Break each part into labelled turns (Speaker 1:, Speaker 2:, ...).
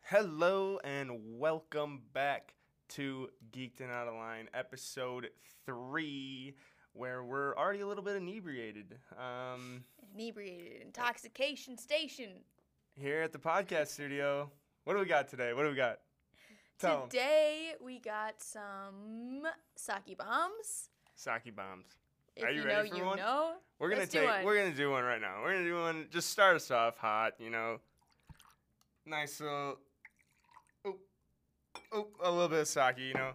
Speaker 1: Hello and welcome back to Geeked and Out of Line, episode three, where we're already a little bit inebriated. Um,
Speaker 2: Inebriated, intoxication station.
Speaker 1: here at the podcast studio, what do we got today? What do we got? Tell 'em.
Speaker 2: Today we got some sake bombs.
Speaker 1: Sake bombs.
Speaker 2: If
Speaker 1: Are you
Speaker 2: know,
Speaker 1: ready for
Speaker 2: you
Speaker 1: one?
Speaker 2: know.
Speaker 1: We're gonna
Speaker 2: Let's do
Speaker 1: take.
Speaker 2: one.
Speaker 1: We're gonna do one right now. We're gonna do one. Just start us off hot. You know, nice little. Oh, oh, a little bit of sake. You know,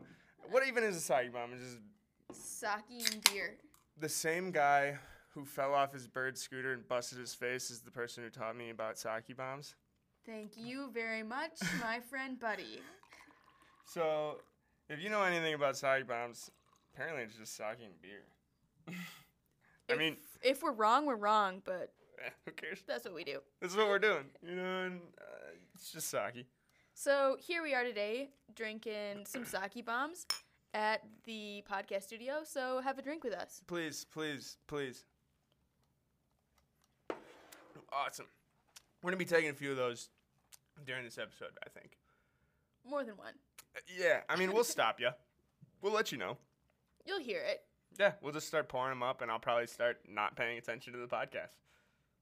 Speaker 1: what even is a sake bomb? It's just
Speaker 2: Sake and beer.
Speaker 1: the same guy who fell off his bird scooter and busted his face is the person who taught me about sake bombs.
Speaker 2: Thank you very much, my friend Buddy.
Speaker 1: So, if you know anything about sake bombs, apparently it's just sake and beer. I mean,
Speaker 2: if we're wrong, we're wrong, but
Speaker 1: who cares?
Speaker 2: that's what we do.
Speaker 1: This is what we're doing. You know, and, uh, it's just sake.
Speaker 2: So here we are today drinking some sake bombs at the podcast studio. So have a drink with us.
Speaker 1: Please, please, please. Awesome. We're gonna be taking a few of those during this episode, I think.
Speaker 2: More than one.
Speaker 1: Uh, Yeah, I mean, we'll stop you. We'll let you know.
Speaker 2: You'll hear it.
Speaker 1: Yeah, we'll just start pouring them up, and I'll probably start not paying attention to the podcast.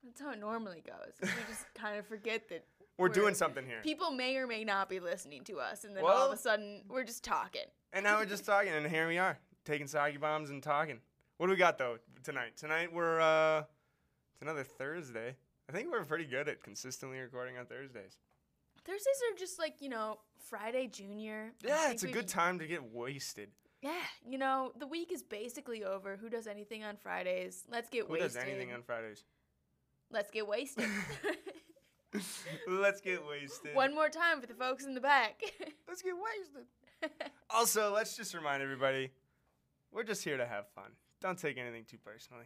Speaker 2: That's how it normally goes. We just kind of forget that
Speaker 1: We're,
Speaker 2: We're-
Speaker 1: doing something here,
Speaker 2: people may or may not be listening to us, and then all
Speaker 1: Well-
Speaker 2: of a sudden we're just talking.
Speaker 1: and now we're just talking, and here we are taking sake bombs and talking. What do we got though tonight? Tonight we're uh, it's another Thursday. I think we're pretty good at consistently recording on Thursdays.
Speaker 2: Thursdays are just like you know Friday Junior. I
Speaker 1: Yeah,
Speaker 2: think
Speaker 1: it's a
Speaker 2: we-
Speaker 1: good time to get wasted.
Speaker 2: Yeah, you know the week is basically over. Who does anything on Fridays? Let's get
Speaker 1: Who
Speaker 2: wasted.
Speaker 1: does anything on Fridays?
Speaker 2: Let's get wasted.
Speaker 1: Let's get wasted.
Speaker 2: One more time for the folks in the back.
Speaker 1: Let's get wasted. Also, let's just remind everybody, we're just here to have fun. Don't take anything too personally.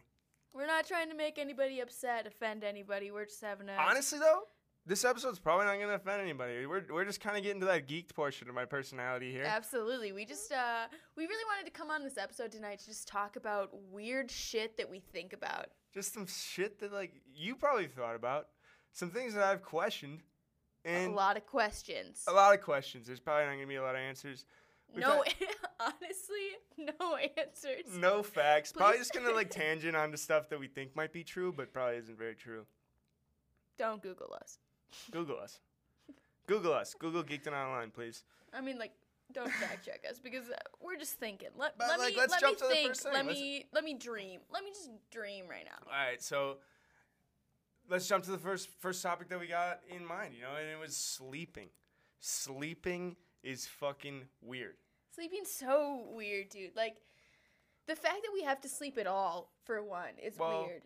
Speaker 2: we're not trying to make anybody upset, offend anybody. We're just having a
Speaker 1: Honestly, though, this episode's probably not going to offend anybody. We're, we're just kind of getting to that geeked portion of my personality here.
Speaker 2: Absolutely. We just uh we really wanted to come on this episode tonight to just talk about weird shit that we think about.
Speaker 1: Just some shit that, like, you probably thought about, some things that I've questioned, and
Speaker 2: a lot of questions.
Speaker 1: a lot of questions. There's probably not going to be a lot of answers. We've
Speaker 2: No,
Speaker 1: had-
Speaker 2: honestly, no answers.
Speaker 1: no facts. Probably
Speaker 2: Please.
Speaker 1: just going to, like, tangent onto stuff that we think might be true, but probably isn't very true.
Speaker 2: Don't Google us.
Speaker 1: Google us. Google us. Google Geeked and Online, please.
Speaker 2: I mean, like, don't fact check us because uh, we're just thinking. Let,
Speaker 1: But,
Speaker 2: let
Speaker 1: like,
Speaker 2: me
Speaker 1: let's
Speaker 2: let
Speaker 1: jump to
Speaker 2: me
Speaker 1: the
Speaker 2: think.
Speaker 1: first thing.
Speaker 2: Let
Speaker 1: Let's-
Speaker 2: me let me dream. Let me just dream right now.
Speaker 1: All right, so let's jump to the first first topic that we got in mind, you know, and it was sleeping. Sleeping is fucking weird.
Speaker 2: Sleeping's so weird, dude. Like, the fact that we have to sleep at all for one is
Speaker 1: Well-
Speaker 2: weird.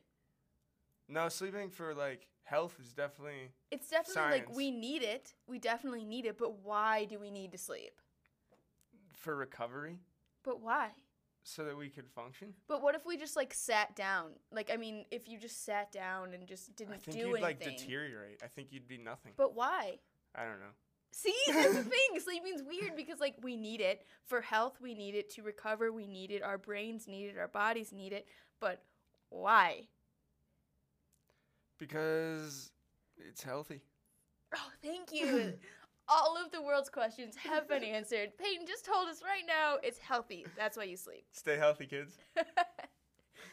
Speaker 1: No, sleeping for like health is definitely
Speaker 2: It's definitely
Speaker 1: science.
Speaker 2: like we need it. We definitely need it, but why do we need to sleep?
Speaker 1: for recovery
Speaker 2: But why?
Speaker 1: so that we could function.
Speaker 2: But what if we just like sat down? Like, I mean, if you just sat down and just didn't
Speaker 1: I think
Speaker 2: do
Speaker 1: you'd
Speaker 2: anything.
Speaker 1: like deteriorate. I think you'd be nothing.
Speaker 2: But why?
Speaker 1: I don't know.
Speaker 2: See, that's the thing. Sleeping's weird because like we need it for health, we need it to recover, we need it, our brains need it, our bodies need it. But why?
Speaker 1: Because it's healthy.
Speaker 2: Oh, thank you. All of the world's questions have been answered. Peyton just told us right now it's healthy. That's why you sleep.
Speaker 1: Stay healthy, kids.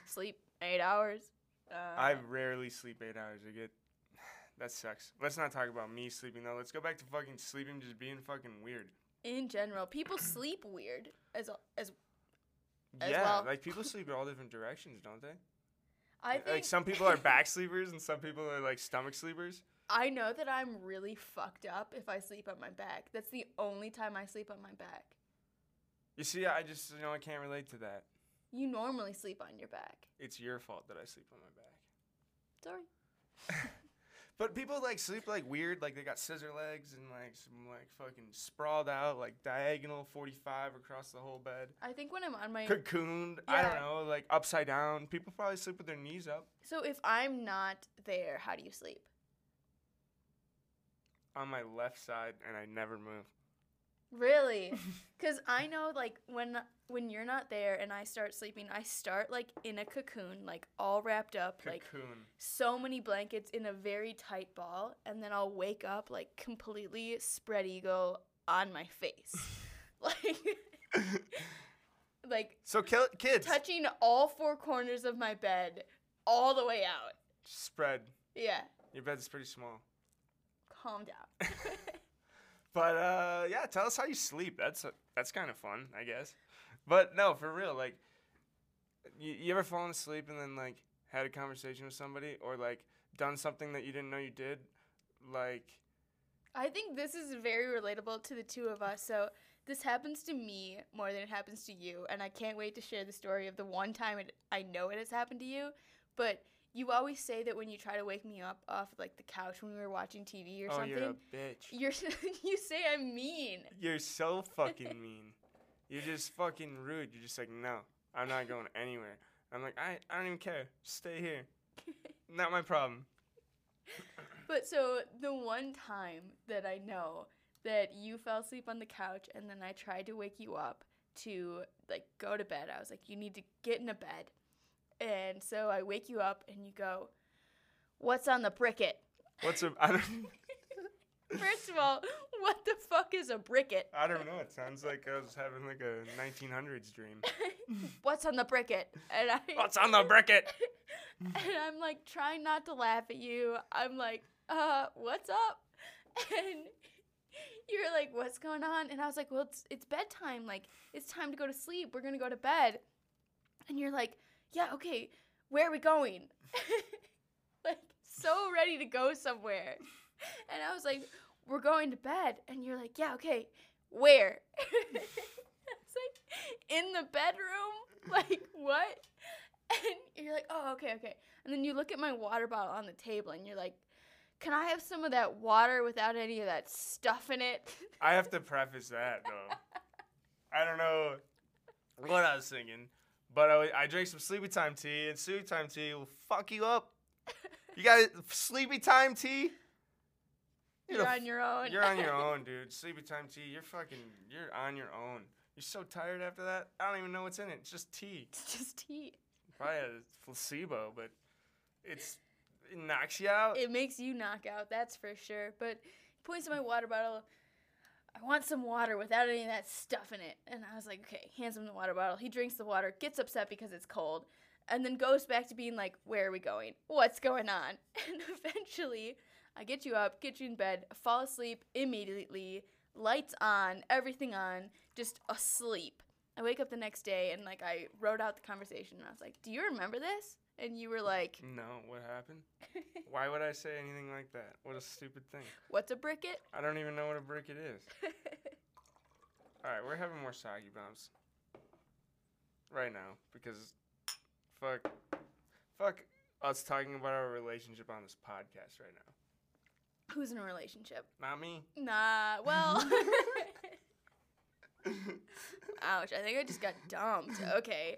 Speaker 2: Sleep eight hours. Uh,
Speaker 1: I rarely sleep eight hours. I get that sucks. Let's not talk about me sleeping though. Let's go back to fucking sleeping just being fucking weird.
Speaker 2: in general, people sleep weird as as as
Speaker 1: yeah,
Speaker 2: well.
Speaker 1: like people sleep in all different directions, don't they?
Speaker 2: I think
Speaker 1: Like some people are back sleepers and some people are like stomach sleepers.
Speaker 2: I know that I'm really fucked up if I sleep on my back. That's the only time I sleep on my back.
Speaker 1: You see, I just you know I can't relate to that.
Speaker 2: You normally sleep on your back.
Speaker 1: It's your fault that I sleep on my back.
Speaker 2: Sorry.
Speaker 1: But people like sleep like weird, like they got scissor legs and like some like fucking sprawled out like diagonal 45 across the whole bed.
Speaker 2: I think when I'm on my
Speaker 1: Cocooned, I don't
Speaker 2: Yeah.
Speaker 1: know, like upside down. People probably sleep with their knees up.
Speaker 2: so if I'm not there, how do you sleep?
Speaker 1: on my left side and I never move.
Speaker 2: Really? Cuz I know like when when you're not there and I start sleeping, I start like in a cocoon, like all wrapped up, like
Speaker 1: Cocoon.
Speaker 2: so many blankets in a very tight ball, and then I'll wake up like completely spread eagle on my face. like like
Speaker 1: so kill, kids
Speaker 2: touching all four corners of my bed all the way out.
Speaker 1: spread.
Speaker 2: Yeah.
Speaker 1: Your bed's pretty small.
Speaker 2: Calm down.
Speaker 1: But uh, yeah, tell us how you sleep. That's uh, that's kind of fun, I guess. But no, for real, like, you, you ever fallen asleep and then like had a conversation with somebody or like done something that you didn't know you did, like
Speaker 2: I think this is very relatable to the two of us. So this happens to me more than it happens to you, and I can't wait to share the story of the one time it, I know it has happened to you. But you always say that when you try to wake me up off like the couch when we were watching TV or
Speaker 1: oh
Speaker 2: something,
Speaker 1: you're a bitch.
Speaker 2: you're you say I'm mean.
Speaker 1: You're so fucking mean. You're just fucking rude. You're just like no, I'm not going anywhere. I'm like I I don't even care. Stay here. Not my problem.
Speaker 2: But so the one time that I know that you fell asleep on the couch and then I tried to wake you up to like go to bed. I was like, you need to get in a bed. And so I wake you up and you go, What's on the bricket?
Speaker 1: What's a I don't
Speaker 2: First of all, what the fuck is a bricket?
Speaker 1: I don't know. It sounds like I was having like a 1900s dream.
Speaker 2: What's on the bricket? And I
Speaker 1: What's on the bricket?
Speaker 2: and I'm like trying not to laugh at you. I'm like, uh, what's up? And you're like, what's going on? And I was like, well, it's it's bedtime. Like, it's time to go to sleep. We're gonna go to bed. And you're like, yeah, okay. Where are we going? like, so ready to go somewhere. And I was like, we're going to bed. And you're like, yeah, okay. Where? I was like, in the bedroom. Like, what? and you're like, oh, okay, okay. And then you look at my water bottle on the table and you're like, can I have some of that water without any of that stuff in it?
Speaker 1: I have to preface that though. I don't know what I was thinking, but I, I drank some sleepy time tea, and sleepy time tea will fuck you up. You got sleepy time tea.
Speaker 2: you're
Speaker 1: the
Speaker 2: on your own.
Speaker 1: You're on your own, dude. Sleepy time tea. You're fucking. You're on your own. You're so tired after that. I don't even know what's in it. It's just tea.
Speaker 2: it's just tea.
Speaker 1: Probably a placebo, but it's it knocks you out.
Speaker 2: It makes you knock out, that's for sure. But he points to my water bottle. I want some water without any of that stuff in it. And I was like, okay, hands him the water bottle. He drinks the water, gets upset because it's cold, and then goes back to being like, where are we going? What's going on? And eventually, I get you up, get you in bed, fall asleep immediately, lights on, everything on, just asleep. I wake up the next day and like I wrote out the conversation and I was like, do you remember this? And you were like,
Speaker 1: No, what happened? Why would I say anything like that? What a stupid thing.
Speaker 2: what's a bricket?
Speaker 1: I don't even know what a brick it is. All right, we're having more soggy bombs right now because fuck, fuck us talking about our relationship on this podcast right now.
Speaker 2: Who's in a relationship?
Speaker 1: Not me.
Speaker 2: Nah, well. Ouch, I think I just got dumped. Okay.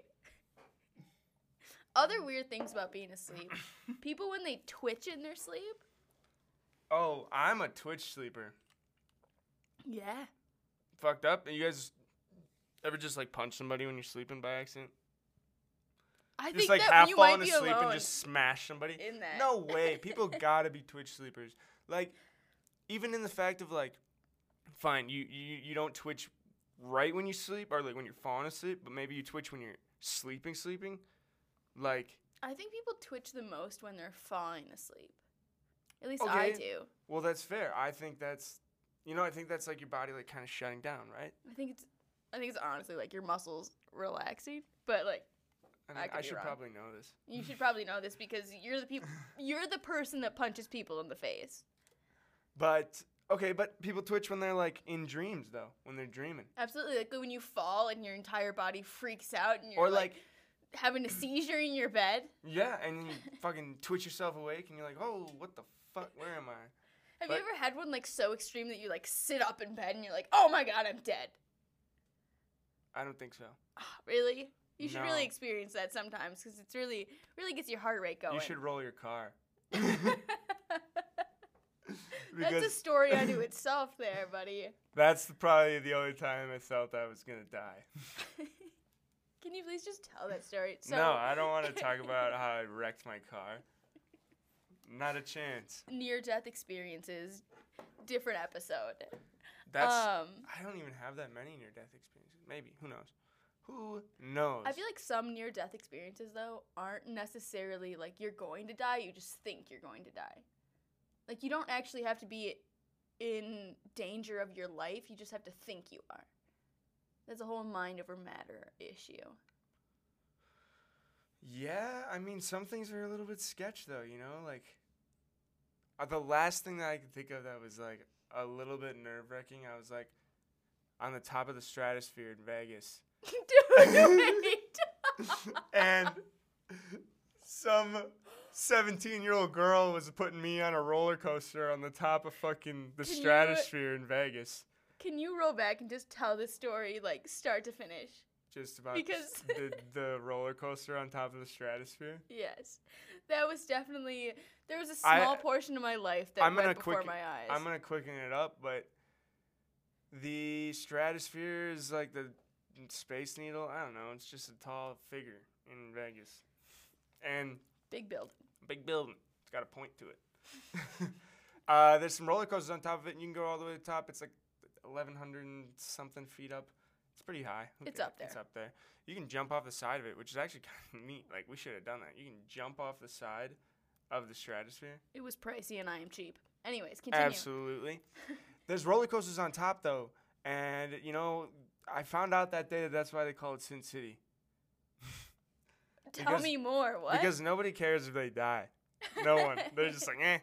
Speaker 2: Other weird things about being asleep people, when they twitch in their sleep.
Speaker 1: Oh, I'm a Twitch sleeper.
Speaker 2: Yeah.
Speaker 1: Fucked up. You guys ever just like punch somebody when you're sleeping by accident?
Speaker 2: I
Speaker 1: just
Speaker 2: think
Speaker 1: like
Speaker 2: that
Speaker 1: half
Speaker 2: you might
Speaker 1: falling
Speaker 2: be
Speaker 1: asleep
Speaker 2: alone.
Speaker 1: and just smash somebody.
Speaker 2: in that.
Speaker 1: No way. People gotta be Twitch sleepers. Like, even in the fact of like, fine, you, you you don't Twitch right when you sleep or like when you're falling asleep, but maybe you Twitch when you're sleeping, sleeping. Like,
Speaker 2: I think people twitch the most when they're falling asleep. At least I
Speaker 1: Okay.
Speaker 2: do.
Speaker 1: well, that's fair. I think that's, you know, I think that's like your body like kind of shutting down, right?
Speaker 2: I think it's. I think it's honestly like your muscles relaxing, but like
Speaker 1: I,
Speaker 2: I
Speaker 1: mean,
Speaker 2: could
Speaker 1: I
Speaker 2: be
Speaker 1: should
Speaker 2: wrong.
Speaker 1: probably know this.
Speaker 2: you should probably know this because you're the people you're the person that punches people in the face.
Speaker 1: But okay, but people Twitch when they're like in dreams though, when they're dreaming.
Speaker 2: Absolutely, like when you fall and your entire body freaks out and you're
Speaker 1: Or
Speaker 2: like,
Speaker 1: like,
Speaker 2: having a seizure in your bed.
Speaker 1: yeah, and then you fucking twitch yourself awake, and you're like, oh, what the fuck? Where am I?
Speaker 2: Have
Speaker 1: But-
Speaker 2: you ever had one like so extreme that you like sit up in bed and you're like, oh my god, I'm dead?
Speaker 1: I don't think so.
Speaker 2: Ah, really? You should
Speaker 1: No.
Speaker 2: really experience that sometimes because it's really really gets your heart rate going.
Speaker 1: You should roll your car. because
Speaker 2: That's a story unto itself, there, buddy.
Speaker 1: that's probably the only time I felt I was gonna die.
Speaker 2: Can you please just tell that story? So,
Speaker 1: no, I don't want to talk about how I wrecked my car. Not a chance.
Speaker 2: near death experiences, different episode.
Speaker 1: That's
Speaker 2: um,
Speaker 1: I don't even have that many near death experiences. Maybe who knows? Who knows?
Speaker 2: I feel like some near death experiences though aren't necessarily like you're going to die. You just think you're going to die. Like you don't actually have to be in danger of your life. You just have to think you are. That's a whole mind over matter issue.
Speaker 1: yeah, I mean some things are a little bit sketch though. You know, like uh, the last thing that I could think of that was like a little bit nerve wracking. I was like on the top of the stratosphere in Vegas.
Speaker 2: Dude, wait.
Speaker 1: and some 17 year old girl was putting me on a roller coaster on the top of fucking the
Speaker 2: Can you-
Speaker 1: stratosphere in Vegas.
Speaker 2: Can you roll back and just tell the story like start to finish?
Speaker 1: Just about
Speaker 2: Because-
Speaker 1: the, the roller coaster on top of the stratosphere.
Speaker 2: Yes, that was definitely there was a small
Speaker 1: I-
Speaker 2: portion of my life that
Speaker 1: I'm
Speaker 2: went
Speaker 1: gonna
Speaker 2: before
Speaker 1: quick-
Speaker 2: my eyes.
Speaker 1: I'm gonna quicken it up, but the stratosphere is like the space needle. I don't know. It's just a tall figure in Vegas, and
Speaker 2: Big build.
Speaker 1: big building. It's got a point to it. uh, there's some roller coasters on top of it, and you can go all the way to the top. It's like 1,100 and something feet up. It's pretty high. Who
Speaker 2: It's
Speaker 1: cares?
Speaker 2: up there.
Speaker 1: It's up there. You can jump off the side of it, which is actually kind of neat. Like we should have done that. You can jump off the side of the stratosphere.
Speaker 2: It was pricey and I am cheap. Anyways, continue.
Speaker 1: Absolutely. There's roller coasters on top though, and you know I found out that day that that's why they call it Sin City
Speaker 2: Tell
Speaker 1: because-
Speaker 2: me more. What?
Speaker 1: because nobody cares if they die. No one. They're just like, eh.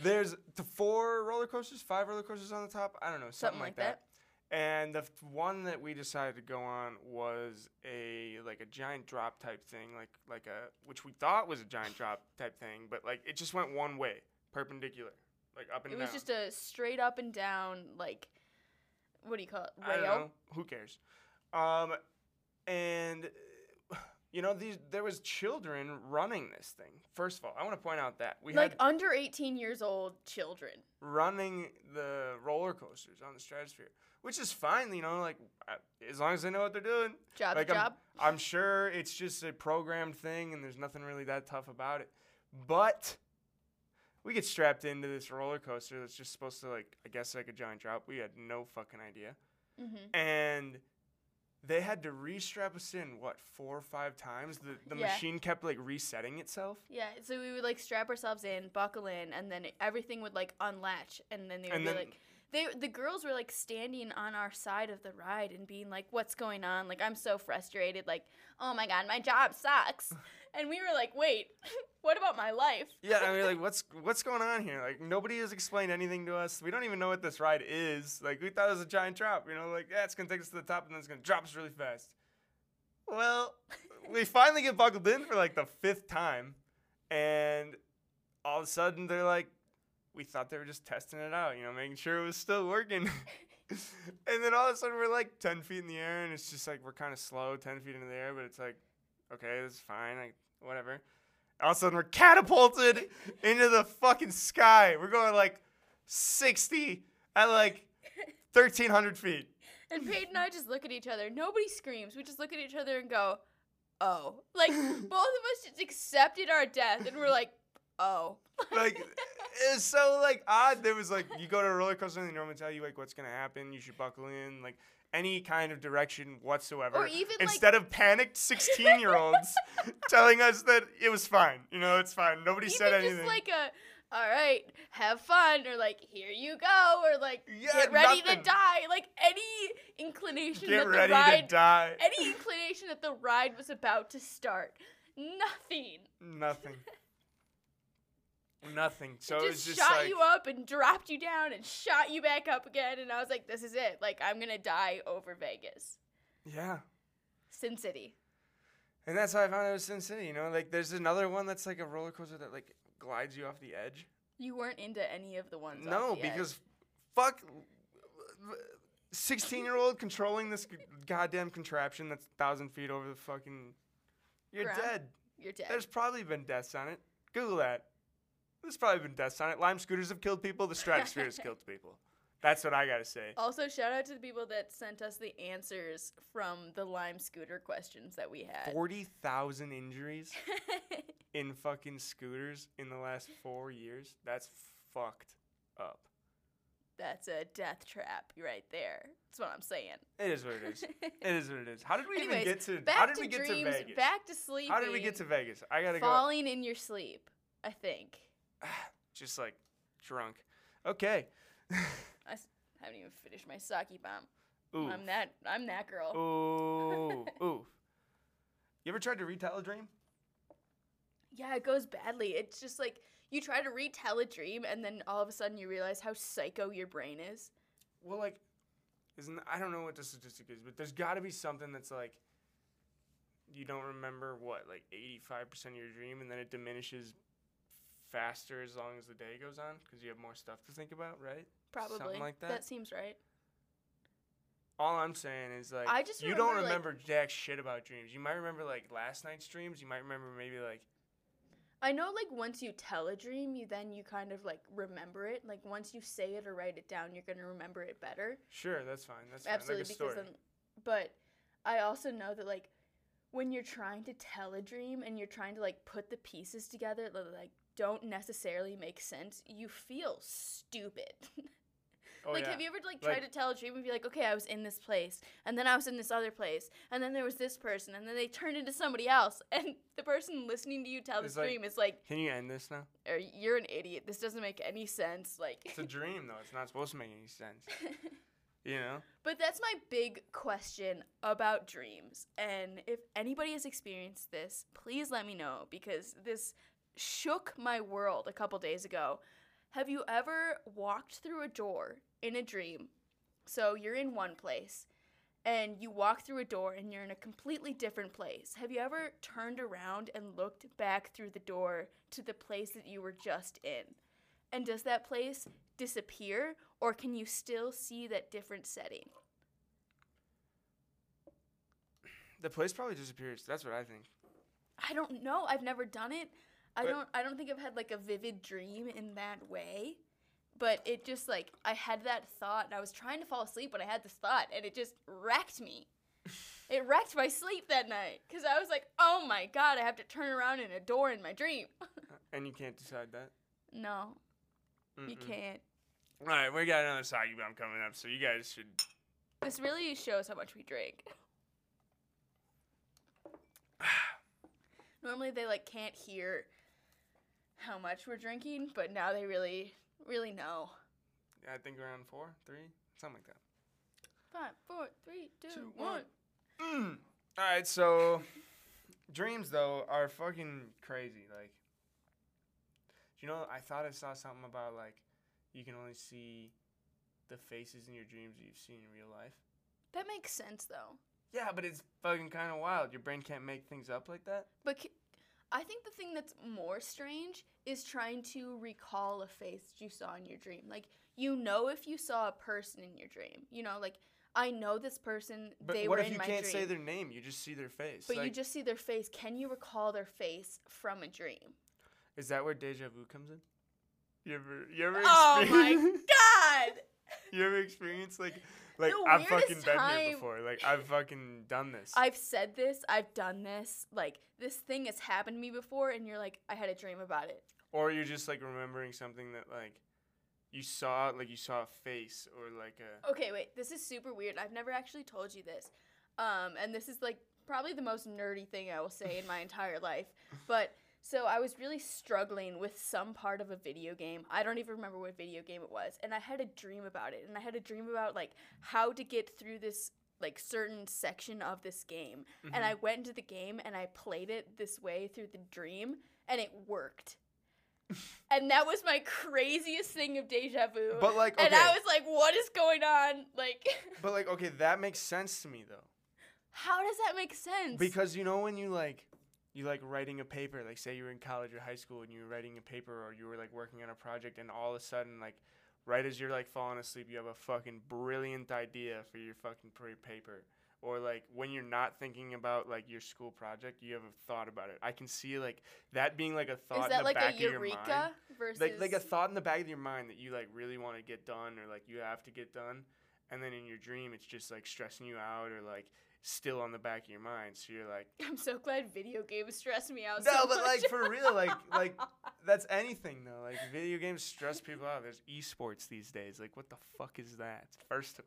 Speaker 1: There's the four roller coasters, five roller coasters on the top. I don't know, something, like that. And the f- one that we decided to go on was a like a giant drop type thing, like like a which we thought was a giant drop type thing, but like it just went one way, perpendicular, like up and
Speaker 2: It
Speaker 1: down.
Speaker 2: was just a straight up and down like, what do you call it?
Speaker 1: I don't
Speaker 2: Rail.
Speaker 1: know. Who cares? Um, and you know these there was children running this thing. First of all, I want to point out that we
Speaker 2: like
Speaker 1: had
Speaker 2: under 18 years old children.
Speaker 1: running the roller coasters on the stratosphere, which is fine. You know, like I- as long as they know what they're doing.
Speaker 2: Job,
Speaker 1: Like, um,
Speaker 2: job.
Speaker 1: I'm sure it's just a programmed thing, and there's nothing really that tough about it. But we get strapped into this roller coaster that's just supposed to like I guess like a giant drop. We had no fucking idea
Speaker 2: hmm
Speaker 1: and they had to restrap us in what four or five times the, the
Speaker 2: Yeah.
Speaker 1: machine kept like resetting itself
Speaker 2: Yeah, so we would like strap ourselves in, buckle in, and then everything would like unlatch, and then they would
Speaker 1: And
Speaker 2: be
Speaker 1: then-
Speaker 2: like, they the girls were like standing on our side of the ride and being like, "What's going on?" Like I'm so frustrated, like, "Oh my god, my job sucks," and we were like, "Wait, what about my life?"
Speaker 1: yeah i mean like what's what's going on here like nobody has explained anything to us we don't even know what this ride is like we thought it was a giant drop you know like yeah it's gonna take us to the top and then it's gonna drop us really fast well we finally get buckled in for like the fifth time and all of a sudden they're like we thought they were just testing it out you know making sure it was still working and then all of a sudden we're like 10 feet in the air and it's just like we're kind of slow 10 feet into the air but it's like okay it's fine like whatever all of a sudden we're catapulted into the fucking sky we're going like 60 at like 1300 feet
Speaker 2: And Paige and I just look at each other. Nobody screams. We just look at each other and go, "Oh." Like both of us just accepted our death, and we're like, "Oh."
Speaker 1: like it's so like odd there was like you go to a roller coaster and they normally tell you like what's gonna happen you should buckle in like any kind of direction whatsoever
Speaker 2: Or even, like-
Speaker 1: instead of panicked 16 year olds telling us that it was fine you know it's fine nobody
Speaker 2: Even
Speaker 1: said anything
Speaker 2: just like a, all right, have fun, or like here you go, or like
Speaker 1: Yeah,
Speaker 2: get ready
Speaker 1: nothing.
Speaker 2: to die. Like any inclination
Speaker 1: get
Speaker 2: that
Speaker 1: ready
Speaker 2: the ride,
Speaker 1: to die
Speaker 2: any inclination that the ride was about to start, nothing.
Speaker 1: nothing nothing so
Speaker 2: it
Speaker 1: it,
Speaker 2: just,
Speaker 1: was just
Speaker 2: shot
Speaker 1: like
Speaker 2: you up and dropped you down and shot you back up again. And I was like, this is it. Like I'm gonna die over Vegas,
Speaker 1: yeah
Speaker 2: Sin City.
Speaker 1: and that's how i found it was sin city you know like there's another one that's like a roller coaster that like glides you off the edge
Speaker 2: You weren't into any of the ones. off
Speaker 1: No,
Speaker 2: the edge.
Speaker 1: because fuck, sixteen-year-old controlling this goddamn contraption that's thousand feet over the fucking. You're
Speaker 2: Ground.
Speaker 1: dead.
Speaker 2: you're dead.
Speaker 1: There's probably been deaths on it. Google that. There's probably been deaths on it. Lime scooters have killed people. The stratosphere has killed people. That's what I gotta say.
Speaker 2: Also, shout out to the people that sent us the answers from the Lime scooter questions that we had.
Speaker 1: Forty thousand injuries in fucking scooters in the last four years. That's fucked up.
Speaker 2: That's a death trap right there. That's what I'm saying.
Speaker 1: It is what it is. It is what it is. How did we even
Speaker 2: Anyways,
Speaker 1: get to?
Speaker 2: back
Speaker 1: how did
Speaker 2: to
Speaker 1: we get
Speaker 2: dreams,
Speaker 1: to Vegas?
Speaker 2: back to sleeping.
Speaker 1: how did we get to Vegas? I gotta go.
Speaker 2: falling in your sleep? I think
Speaker 1: Just like drunk. Okay.
Speaker 2: I s- haven't even finished my sake bomb.
Speaker 1: Ooh.
Speaker 2: I'm that. I'm that girl.
Speaker 1: Ooh. Ooh. You ever tried to retell a dream?
Speaker 2: Yeah, it goes badly. It's just like you try to retell a dream, and then all of a sudden you realize how psycho your brain is.
Speaker 1: Well, like, isn't I don't know what the statistic is, but there's got to be something that's like you don't remember what like 85% of your dream, and then it diminishes faster as long as the day goes on because you have more stuff to think about, right?
Speaker 2: Probably.
Speaker 1: like that.
Speaker 2: That seems right.
Speaker 1: All I'm saying is like
Speaker 2: I just
Speaker 1: you don't
Speaker 2: remember, like-
Speaker 1: remember jack shit about dreams. You might remember like last night's dreams. You might remember maybe like
Speaker 2: I know, like once you tell a dream, you then you kind of like remember it. Like once you say it or write it down, you're gonna remember it better.
Speaker 1: sure that's fine that's fine.
Speaker 2: Absolutely,
Speaker 1: like a
Speaker 2: because
Speaker 1: story.
Speaker 2: then. But I also know that like when you're trying to tell a dream and you're trying to like put the pieces together that like don't necessarily make sense, you feel stupid.
Speaker 1: oh,
Speaker 2: like,
Speaker 1: yeah.
Speaker 2: have you ever like tried
Speaker 1: Like-
Speaker 2: to tell a dream and be like, okay, I was in this place, and then I was in this other place, and then there was this person, and then they turned into somebody else, and the person listening to you tell
Speaker 1: It's
Speaker 2: this
Speaker 1: like-
Speaker 2: dream is like,
Speaker 1: Can you end this now?
Speaker 2: or you're an idiot. This doesn't make any sense. Like,
Speaker 1: It's a dream though. It's not supposed to make any sense. You know.
Speaker 2: but that's my big question about dreams. And if anybody has experienced this, please let me know because this shook my world a couple days ago. Have you ever walked through a door in a dream? So you're in one place and you walk through a door and you're in a completely different place. Have you ever turned around and looked back through the door to the place that you were just in? And does that place disappear or can you still see that different setting?
Speaker 1: The place probably disappears. That's what I think.
Speaker 2: I don't know. I've never done it. I
Speaker 1: But-
Speaker 2: don't I don't think I've had like a vivid dream in that way. But it just like I had that thought and I was trying to fall asleep when I had this thought and it just wrecked me. it wrecked my sleep that night cuz I was like, "Oh my god, I have to turn around in a door in my dream."
Speaker 1: Uh, And you can't decide that.
Speaker 2: no, you
Speaker 1: Mm-mm.
Speaker 2: can't.
Speaker 1: All right, we got another soggy bomb coming up, so you guys should.
Speaker 2: This really shows how much we drink. Normally they like can't hear how much we're drinking, but now they really really know.
Speaker 1: I think around four, three, something like that.
Speaker 2: Five, four, three, two,
Speaker 1: Two,
Speaker 2: one.
Speaker 1: one. Mm. All right, so dreams though are fucking crazy. Like, you know, I thought I saw something about like you can only see the faces in your dreams that you've seen in real life.
Speaker 2: That makes sense though.
Speaker 1: Yeah, but it's fucking kind of wild. Your brain can't make things up like that.
Speaker 2: But c- I think the thing that's more strange is trying to recall a face that you saw in your dream. Like you know if you saw a person in your dream. You know, like I know this person.
Speaker 1: But
Speaker 2: they
Speaker 1: what
Speaker 2: were
Speaker 1: if
Speaker 2: in
Speaker 1: you
Speaker 2: my
Speaker 1: can't
Speaker 2: dream.
Speaker 1: say their name? You just see their face.
Speaker 2: But you
Speaker 1: Like,
Speaker 2: just see their face. Can you recall their face from a dream?
Speaker 1: Is that where deja vu comes in? You ever, you ever,
Speaker 2: Oh my
Speaker 1: experience-
Speaker 2: God!
Speaker 1: you ever experience like, like
Speaker 2: The
Speaker 1: I've
Speaker 2: weirdest
Speaker 1: fucking been
Speaker 2: time-
Speaker 1: here before. Like I've fucking done this.
Speaker 2: I've said this, I've done this. Like, this thing has happened to me before, and you're like, I had a dream about it.
Speaker 1: or you're just like remembering something that like you saw, like you saw a face or like a.
Speaker 2: Okay, wait, this is super weird. I've never actually told you this. Um, and this is like probably the most nerdy thing I will say in my entire life. But so I was really struggling with some part of a video game. I don't even remember what video game it was. And I had a dream about it. And I had a dream about like how to get through this like certain section of this game.
Speaker 1: Mm-hmm.
Speaker 2: And I went into the game and I played it this way through the dream and it worked. and that was my craziest thing of deja vu.
Speaker 1: But like okay,
Speaker 2: And I was like, what is going on? Like,
Speaker 1: but like okay, that makes sense to me though,
Speaker 2: how does that make sense?
Speaker 1: because you know when you like. You like writing a paper, like say you were in college or high school and you were writing a paper or you were like working on a project and all of a sudden like right as you're like falling asleep you have a fucking brilliant idea for your fucking pre- paper or like when you're not thinking about like your school project, you have a thought about it. I can see like that being like a thought
Speaker 2: Is
Speaker 1: in
Speaker 2: that
Speaker 1: the
Speaker 2: like
Speaker 1: back
Speaker 2: a
Speaker 1: of your mind.
Speaker 2: eureka versus
Speaker 1: Like like a thought in the back of your mind that you like really want to get done or like you have to get done. And then in your dream it's just like stressing you out or like still on the back of your mind. So you're like
Speaker 2: I'm so glad video games stress me out.
Speaker 1: No,
Speaker 2: Oh, so
Speaker 1: but like
Speaker 2: much.
Speaker 1: for real, like like that's anything though. Like video games stress people out. There's esports these days. Like what the fuck is that? First,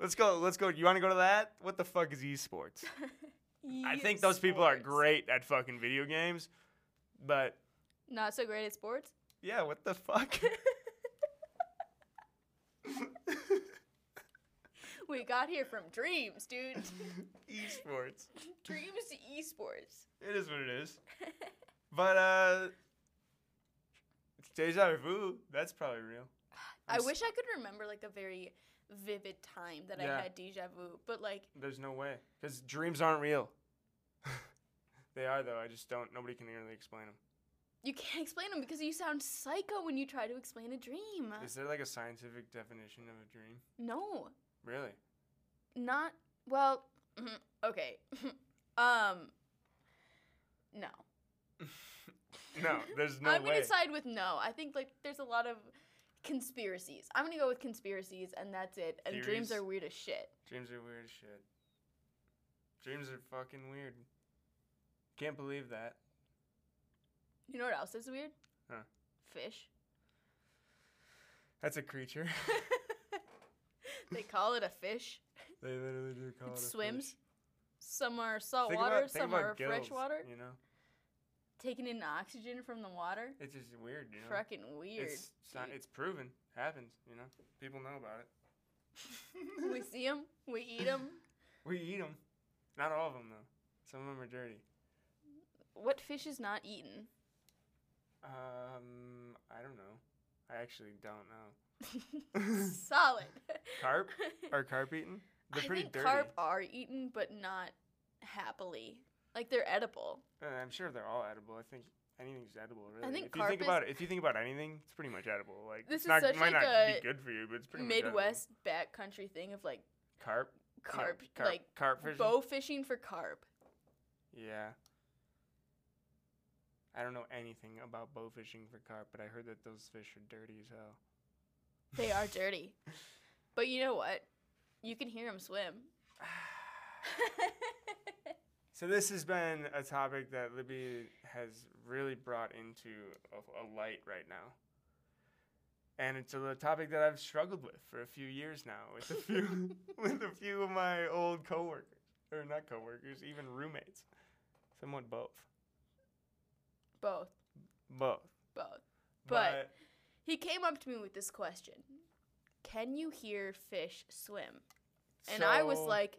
Speaker 1: let's go. Let's go. You want to go to that? What the fuck is esports? I think those people are
Speaker 2: Esports.
Speaker 1: great at fucking video games, but
Speaker 2: Not so great at sports.
Speaker 1: yeah, what the fuck?
Speaker 2: We got here from dreams, dude.
Speaker 1: esports.
Speaker 2: dreams to esports.
Speaker 1: It is what it is. But uh, deja vu. That's probably real.
Speaker 2: I
Speaker 1: I'm s-
Speaker 2: wish I could remember like a very vivid time that
Speaker 1: Yeah.
Speaker 2: I had deja vu, but like
Speaker 1: There's no way. Because dreams aren't real. they are, though. I just don't. Nobody can really explain them.
Speaker 2: you can't explain them because you sound psycho when you try to explain a dream.
Speaker 1: Is there like a scientific definition of a dream?
Speaker 2: No,
Speaker 1: Really?
Speaker 2: not well. Mm-hmm. Okay, um, no.
Speaker 1: No, there's no
Speaker 2: I'm
Speaker 1: way.
Speaker 2: gonna side with no. I think like there's a lot of conspiracies. I'm gonna go with conspiracies, and that's it. And dreams
Speaker 1: Theories?
Speaker 2: are weird as shit.
Speaker 1: dreams are weird as shit. Dreams are fucking weird. Can't believe that.
Speaker 2: You know what else is weird?
Speaker 1: Huh.
Speaker 2: Fish.
Speaker 1: That's a creature.
Speaker 2: they call it a fish.
Speaker 1: they literally do call it, a fish.
Speaker 2: swims. Some are salt
Speaker 1: Think
Speaker 2: water,
Speaker 1: about- think
Speaker 2: some
Speaker 1: about
Speaker 2: are
Speaker 1: gills,
Speaker 2: fresh water.
Speaker 1: You know,
Speaker 2: Taking in oxygen from the water.
Speaker 1: it's just weird. You know,
Speaker 2: Fucking weird.
Speaker 1: It's, sci-
Speaker 2: dude.
Speaker 1: it's proven. Happens. You know, people know about it.
Speaker 2: we see them, we eat them.
Speaker 1: We eat them. Not all of them though. Some of them are dirty.
Speaker 2: What fish is not eaten?
Speaker 1: Um, I don't know. I actually don't know.
Speaker 2: Solid.
Speaker 1: carp? Are carp eaten? They're
Speaker 2: I
Speaker 1: pretty
Speaker 2: think
Speaker 1: dirty.
Speaker 2: carp are eaten, but not happily. Like they're edible.
Speaker 1: Uh, I'm sure they're all edible. I think anything's edible, really. if
Speaker 2: think
Speaker 1: you think
Speaker 2: carp is-
Speaker 1: about it, if you think about anything, it's pretty much edible. Like
Speaker 2: This
Speaker 1: it's
Speaker 2: is
Speaker 1: not,
Speaker 2: such
Speaker 1: might not
Speaker 2: like a
Speaker 1: be good for you, but it's pretty much
Speaker 2: Midwest backcountry thing of like
Speaker 1: edible. carp. No,
Speaker 2: carp,
Speaker 1: carp,
Speaker 2: like
Speaker 1: carp fishing.
Speaker 2: bow fishing for carp.
Speaker 1: Yeah. I don't know anything about bow fishing for carp, but I heard that those fish are dirty as hell.
Speaker 2: They are dirty. But you know what? You can hear them swim.
Speaker 1: So this has been a topic that Libby has really brought into a, a light right now, and it's a topic that I've struggled with for a few years now with a few with a few of my old coworkers, or not coworkers, even roommates, somewhat both,
Speaker 2: both,
Speaker 1: both.
Speaker 2: both. But- He came up to me with this question Can you hear fish swim? And I was
Speaker 1: so-
Speaker 2: like,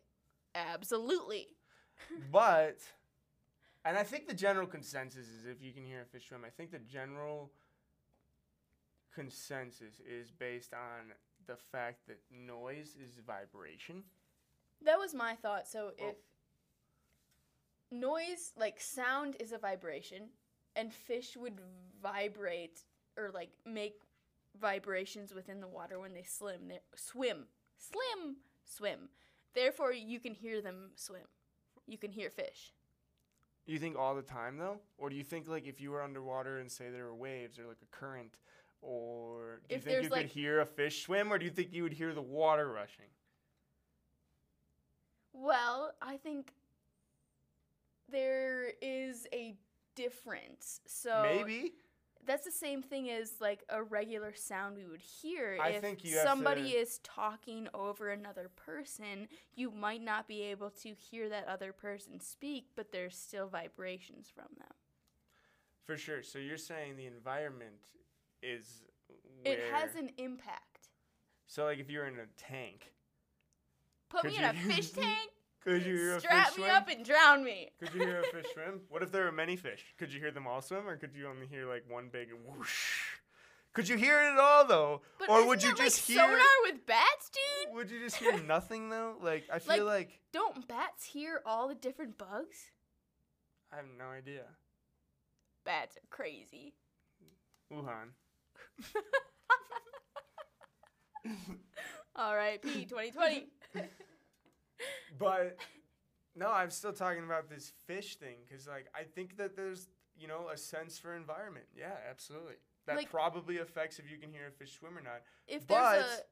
Speaker 2: Absolutely.
Speaker 1: but and I think the general consensus is if you can hear a fish swim, I think the general consensus is based on the fact that noise is vibration.
Speaker 2: That was my thought. So
Speaker 1: Well-
Speaker 2: if noise, like sound, is a vibration, and fish would vibrate or like make vibrations within the water when they slim, they swim, slim, swim. Therefore, you can hear them swim. You can hear fish.
Speaker 1: You think all the time though, or do you think like if you were underwater and say there were waves or like a current, or do you
Speaker 2: If
Speaker 1: think
Speaker 2: there's,
Speaker 1: you
Speaker 2: like-
Speaker 1: could hear a fish swim, or do you think you would hear the water rushing?
Speaker 2: Well, I think there is a difference. So
Speaker 1: Maybe
Speaker 2: that's the same thing as like a regular sound we would hear.
Speaker 1: I
Speaker 2: if
Speaker 1: think you have
Speaker 2: somebody
Speaker 1: to-
Speaker 2: is talking over another person, you might not be able to hear that other person speak, but there's still vibrations from them.
Speaker 1: for sure. So you're saying the environment is
Speaker 2: It has
Speaker 1: where-
Speaker 2: an impact.
Speaker 1: So like if you're in a tank,
Speaker 2: Put
Speaker 1: Could
Speaker 2: me in a
Speaker 1: you-
Speaker 2: fish tank,
Speaker 1: could you hear a
Speaker 2: strap
Speaker 1: fish
Speaker 2: me
Speaker 1: swim?
Speaker 2: up, and drown me.
Speaker 1: Could you hear a fish swim? What if there were many fish? Could you hear them all swim, or could you only hear like one big whoosh? Could you hear it at all though,
Speaker 2: But
Speaker 1: or
Speaker 2: isn't
Speaker 1: would you
Speaker 2: that, like,
Speaker 1: just hear?
Speaker 2: sonar with bats, dude?
Speaker 1: Would you just hear nothing though? Like I feel like,
Speaker 2: Don't bats hear all the different bugs?
Speaker 1: I have no idea.
Speaker 2: Bats are crazy.
Speaker 1: Wuhan.
Speaker 2: All right, P 2020.
Speaker 1: But No, I'm still talking about this fish thing because, like, I think that there's, you know, a sense for environment. Yeah, absolutely. That
Speaker 2: Like-
Speaker 1: probably affects if you can hear a fish swim or not.
Speaker 2: If there's
Speaker 1: But-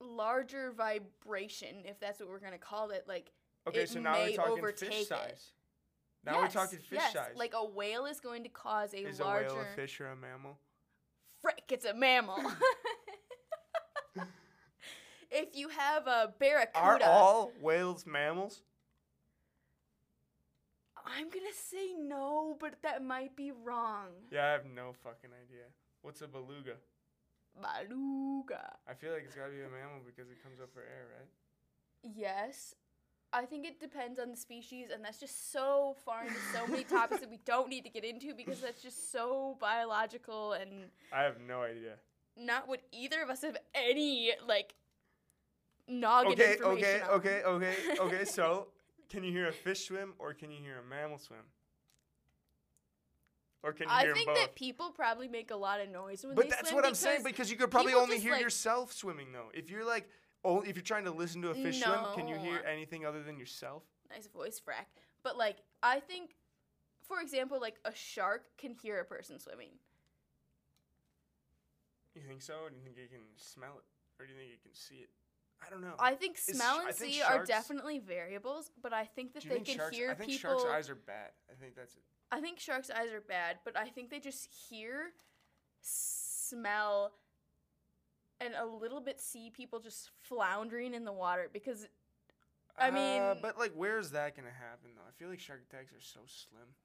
Speaker 2: a larger vibration, if that's what we're gonna call it, like
Speaker 1: Okay,
Speaker 2: It
Speaker 1: so now we're
Speaker 2: may
Speaker 1: talking
Speaker 2: overtake
Speaker 1: fish
Speaker 2: it.
Speaker 1: size. Now we're
Speaker 2: Yes,
Speaker 1: talking fish
Speaker 2: yes,
Speaker 1: size.
Speaker 2: Like a whale is going to cause a
Speaker 1: is
Speaker 2: larger
Speaker 1: a whale a fish or a mammal?
Speaker 2: frick, it's a mammal. if you have a barracuda,
Speaker 1: Are all whales mammals?
Speaker 2: I'm gonna say no, but that might be wrong.
Speaker 1: Yeah, I have no fucking idea. What's a beluga?
Speaker 2: Beluga.
Speaker 1: I feel like it's gotta be a mammal because it comes up for air, right?
Speaker 2: Yes. I think it depends on the species, and that's just so far into so many topics that we don't need to get into because that's just so biological and
Speaker 1: I have no idea.
Speaker 2: not what either of us have any like noggin
Speaker 1: okay,
Speaker 2: information
Speaker 1: okay,
Speaker 2: on.
Speaker 1: okay, okay, okay. So, can you hear a fish swim or can you hear a mammal swim? Or can you
Speaker 2: I
Speaker 1: hear 'em
Speaker 2: think
Speaker 1: both?
Speaker 2: that people probably make a lot of noise when
Speaker 1: but
Speaker 2: they
Speaker 1: that's
Speaker 2: swim
Speaker 1: what I'm saying
Speaker 2: because
Speaker 1: because you could probably
Speaker 2: people
Speaker 1: only
Speaker 2: just,
Speaker 1: hear
Speaker 2: like-
Speaker 1: yourself swimming though. If you're like, oh, if you're trying to listen to a fish swim, can you hear
Speaker 2: No.
Speaker 1: anything other than yourself?
Speaker 2: nice voice frack. But like I think for example, like a shark can hear a person swimming.
Speaker 1: You think so? Or do you think you can smell it? Or do you think you can see it? I don't know.
Speaker 2: I think
Speaker 1: sh-
Speaker 2: smell
Speaker 1: I
Speaker 2: and
Speaker 1: think
Speaker 2: see are
Speaker 1: sharks-
Speaker 2: definitely variables, but I think that
Speaker 1: do you
Speaker 2: they
Speaker 1: think
Speaker 2: can
Speaker 1: sharks,
Speaker 2: hear
Speaker 1: I think
Speaker 2: people.
Speaker 1: sharks' eyes are bad. I think that's it.
Speaker 2: I think sharks' eyes are bad, but I think they just hear, smell, and a little bit see people just floundering in the water because I
Speaker 1: Uh,
Speaker 2: mean-
Speaker 1: but like, where is that gonna happen though? I feel like shark attacks are so slim.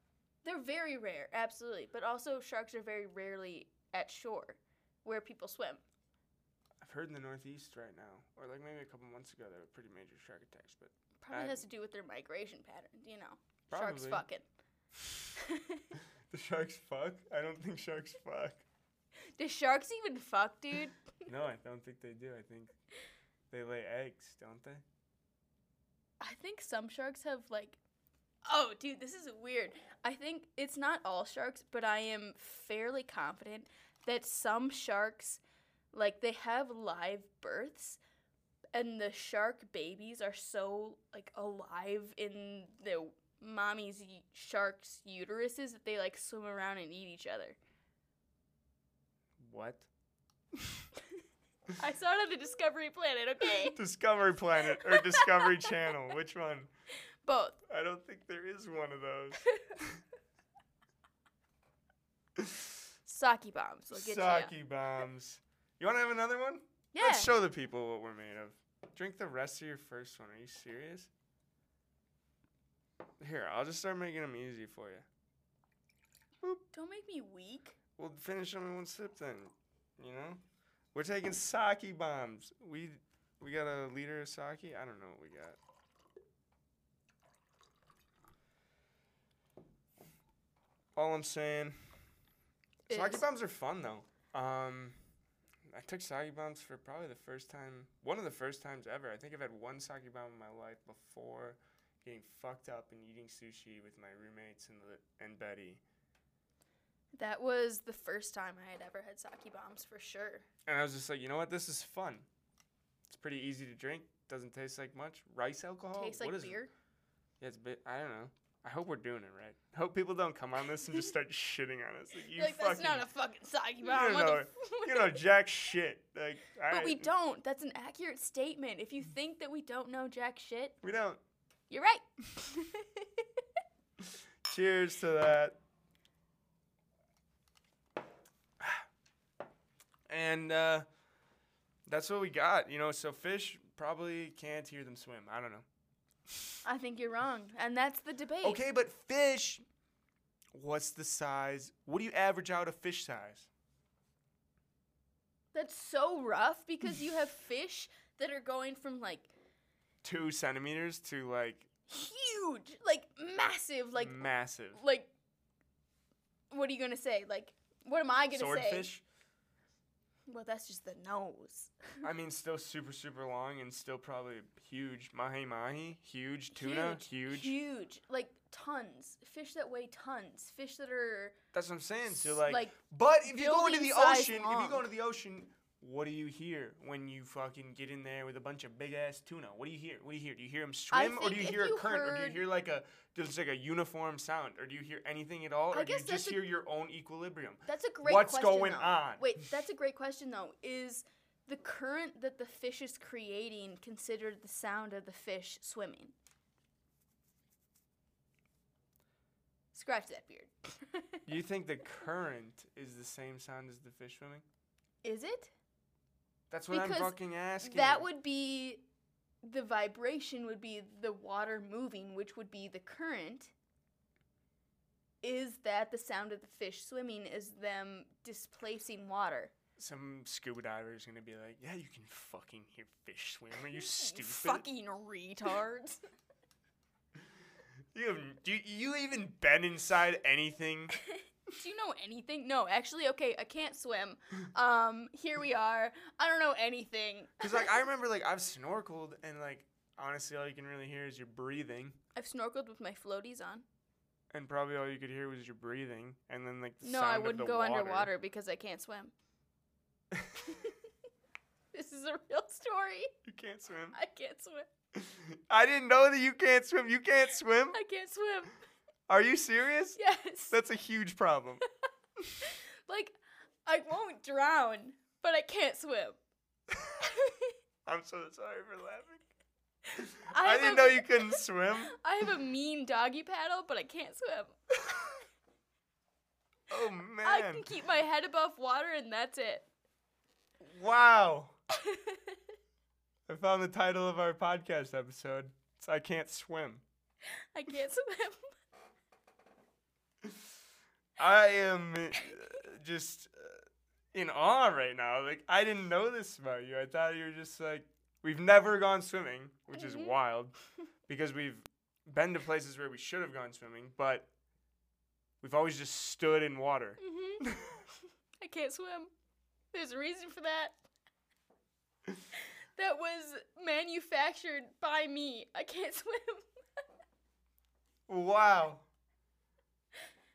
Speaker 2: they're very rare, absolutely. But also, sharks are very rarely at shore where people swim.
Speaker 1: I've heard in the Northeast right now, or like maybe a couple months ago, there were pretty major shark attacks. But
Speaker 2: Probably
Speaker 1: I-
Speaker 2: has to do with their migration pattern, you know. Sharks
Speaker 1: Probably.
Speaker 2: fucking.
Speaker 1: the sharks fuck? I don't think sharks fuck.
Speaker 2: Do sharks even fuck, dude?
Speaker 1: no, I don't think they do. I think they lay eggs, don't they?
Speaker 2: I think some sharks have like Oh, dude, this is weird. I think it's not all sharks, but I am fairly confident that some sharks like they have live births and the shark babies are so like alive in the mommy's y- sharks uteruses that they like swim around and eat each other.
Speaker 1: What?
Speaker 2: I saw it on the Discovery Planet, okay?
Speaker 1: Discovery Planet or Discovery Channel? Which one?
Speaker 2: Both.
Speaker 1: I don't think there is one of those.
Speaker 2: Sake bombs. will get ya.
Speaker 1: Sake bombs. You want to have another one?
Speaker 2: Yeah.
Speaker 1: Let's show the people what we're made of. Drink the rest of your first one. Are you serious? Here, I'll just start making them easy for you.
Speaker 2: Don't make me weak.
Speaker 1: We'll finish them in one sip then. You know? We're taking sake bombs. We we got a liter of sake? I don't know what we got. All I'm saying
Speaker 2: Is-
Speaker 1: Sake bombs are fun though. Um I took sake bombs for probably the first time one of the first times ever. I think I've had one sake bomb in my life before getting fucked up and eating sushi with my roommates and the, and Betty.
Speaker 2: That was the first time I had ever had sake bombs for sure.
Speaker 1: And I was just like, you know what? This is fun. It's pretty easy to drink. Doesn't taste like much. Rice alcohol?
Speaker 2: Tastes
Speaker 1: Oh, What
Speaker 2: like
Speaker 1: is it?
Speaker 2: beer.
Speaker 1: Yeah, it's bit. I don't know. I hope we're doing it right. I hope people don't come on this and just start shitting on us. Like, you
Speaker 2: You're like
Speaker 1: fucking,
Speaker 2: that's not a fucking sake
Speaker 1: you don't
Speaker 2: bomb. what the
Speaker 1: know
Speaker 2: f- what
Speaker 1: you
Speaker 2: the
Speaker 1: know
Speaker 2: f-
Speaker 1: jack shit. Like, all
Speaker 2: but we
Speaker 1: right,
Speaker 2: don't. That's an accurate statement. If you think that we don't know jack shit,
Speaker 1: We don't.
Speaker 2: you're right.
Speaker 1: Cheers to that. And uh, that's what we got, you know. So fish probably can't hear them swim. I don't know.
Speaker 2: I think you're wrong, and that's the debate.
Speaker 1: Okay, but fish. What's the size? What do you average out a fish size?
Speaker 2: That's so rough because you have fish that are going from like
Speaker 1: Two centimeters to like
Speaker 2: huge, like massive, like
Speaker 1: Mm. massive
Speaker 2: like. What are you gonna say? Like, what am I gonna say?
Speaker 1: swordfish.
Speaker 2: Well, that's just the nose.
Speaker 1: I mean, still super super long and still probably huge mahi mahi, huge tuna, huge.
Speaker 2: huge, like tons. Fish that weigh tons. Fish that are
Speaker 1: That's what I'm saying. So
Speaker 2: S-
Speaker 1: like,
Speaker 2: like,
Speaker 1: but if you go into
Speaker 2: building
Speaker 1: the
Speaker 2: size
Speaker 1: ocean, if you go
Speaker 2: long.
Speaker 1: into the ocean, what do you hear when you fucking get in there with a bunch of big ass tuna? What do you hear? What do you hear? Do you hear them
Speaker 2: I
Speaker 1: swim, or do
Speaker 2: think
Speaker 1: you
Speaker 2: if
Speaker 1: hear
Speaker 2: you
Speaker 1: a current, or do
Speaker 2: heard-
Speaker 1: you hear like a just like a uniform sound, or do you hear anything at all, or
Speaker 2: I
Speaker 1: do you
Speaker 2: guess that's
Speaker 1: just
Speaker 2: a-
Speaker 1: hear your own equilibrium?
Speaker 2: That's a great
Speaker 1: What's
Speaker 2: question.
Speaker 1: going
Speaker 2: though.
Speaker 1: on?
Speaker 2: Wait, that's a great question though. Is the current that the fish is creating considered the sound of the fish swimming? Scratch that beard.
Speaker 1: You think the current is the same sound as the fish swimming?
Speaker 2: is it?
Speaker 1: That's what
Speaker 2: Because
Speaker 1: I'm fucking asking.
Speaker 2: That would be the vibration would be the water moving, which would be the current. Is that the sound of the fish swimming is them displacing water?
Speaker 1: some scuba diver is gonna be like, "Yeah, you can fucking hear fish swim. Are you stupid?
Speaker 2: Fucking retards.
Speaker 1: You have, do you even been inside anything?
Speaker 2: Do you know anything? No, actually, okay, I can't swim. Um, here we are. I don't know anything.
Speaker 1: Because like I remember like I've snorkeled and like honestly all you can really hear is your breathing,
Speaker 2: I've snorkeled with my floaties on.
Speaker 1: and probably all you could hear was your breathing, and then like the
Speaker 2: No,
Speaker 1: sound
Speaker 2: I
Speaker 1: of
Speaker 2: wouldn't
Speaker 1: the
Speaker 2: go
Speaker 1: water.
Speaker 2: underwater because I can't swim. this is a real story.
Speaker 1: You can't swim.
Speaker 2: I can't swim.
Speaker 1: I didn't know that you can't swim. You can't swim.
Speaker 2: I can't swim.
Speaker 1: Are you serious?
Speaker 2: Yes.
Speaker 1: That's a huge problem.
Speaker 2: like, I won't drown, but I can't swim.
Speaker 1: I'm so sorry for laughing.
Speaker 2: I
Speaker 1: I,
Speaker 2: have
Speaker 1: didn't
Speaker 2: a-
Speaker 1: know you couldn't swim.
Speaker 2: I have a mean doggy paddle, but I can't swim.
Speaker 1: Oh
Speaker 2: I
Speaker 1: man!
Speaker 2: can keep my head above water, and that's it.
Speaker 1: Wow! I found the title of our podcast episode. It's I can't swim.
Speaker 2: I can't swim.
Speaker 1: I am uh, just uh, in awe right now. Like I didn't know this about you. I thought you were just like we've never gone swimming, which is
Speaker 2: Mhm.
Speaker 1: wild because we've been to places where we should have gone swimming, but we've always just stood in water.
Speaker 2: hmm I can't swim. There's a reason for that. That was manufactured by me. I can't swim.
Speaker 1: Wow.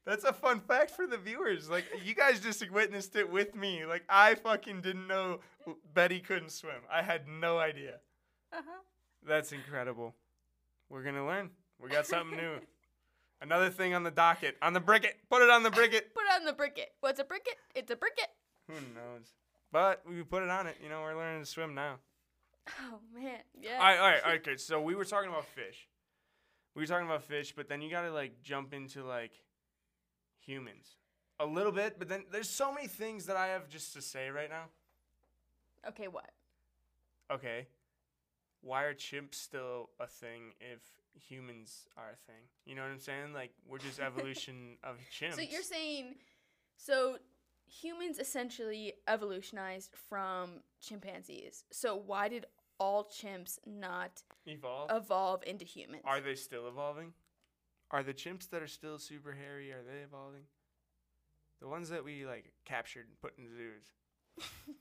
Speaker 1: That's a fun fact for the viewers. Like you guys just witnessed it with me. Like I fucking didn't know Betty couldn't swim. I had no idea.
Speaker 2: Uh-huh.
Speaker 1: That's incredible. We're gonna learn. We got something new. Another thing on the docket. On the bricket. Put it on the bricket.
Speaker 2: Put on the bricket. What's a bricket? It's a bricket.
Speaker 1: Who knows? But we put it on it. You know, we're learning to swim now.
Speaker 2: Oh man, yeah.
Speaker 1: All right, all right, all right. Okay, so we were talking about fish. We were talking about fish, but then you gotta like jump into like humans a little bit. But then there's so many things that I have just to say right now.
Speaker 2: okay, what?
Speaker 1: Okay. Why are chimps still a thing if humans are a thing? You know what I'm saying? Like we're just evolution of chimps.
Speaker 2: So you're saying, so humans essentially evolutionized from chimpanzees. So why did all chimps not
Speaker 1: evolve?
Speaker 2: evolve into humans?
Speaker 1: Are they still evolving? Are the chimps that are still super hairy, are they evolving? The ones that we like captured and put in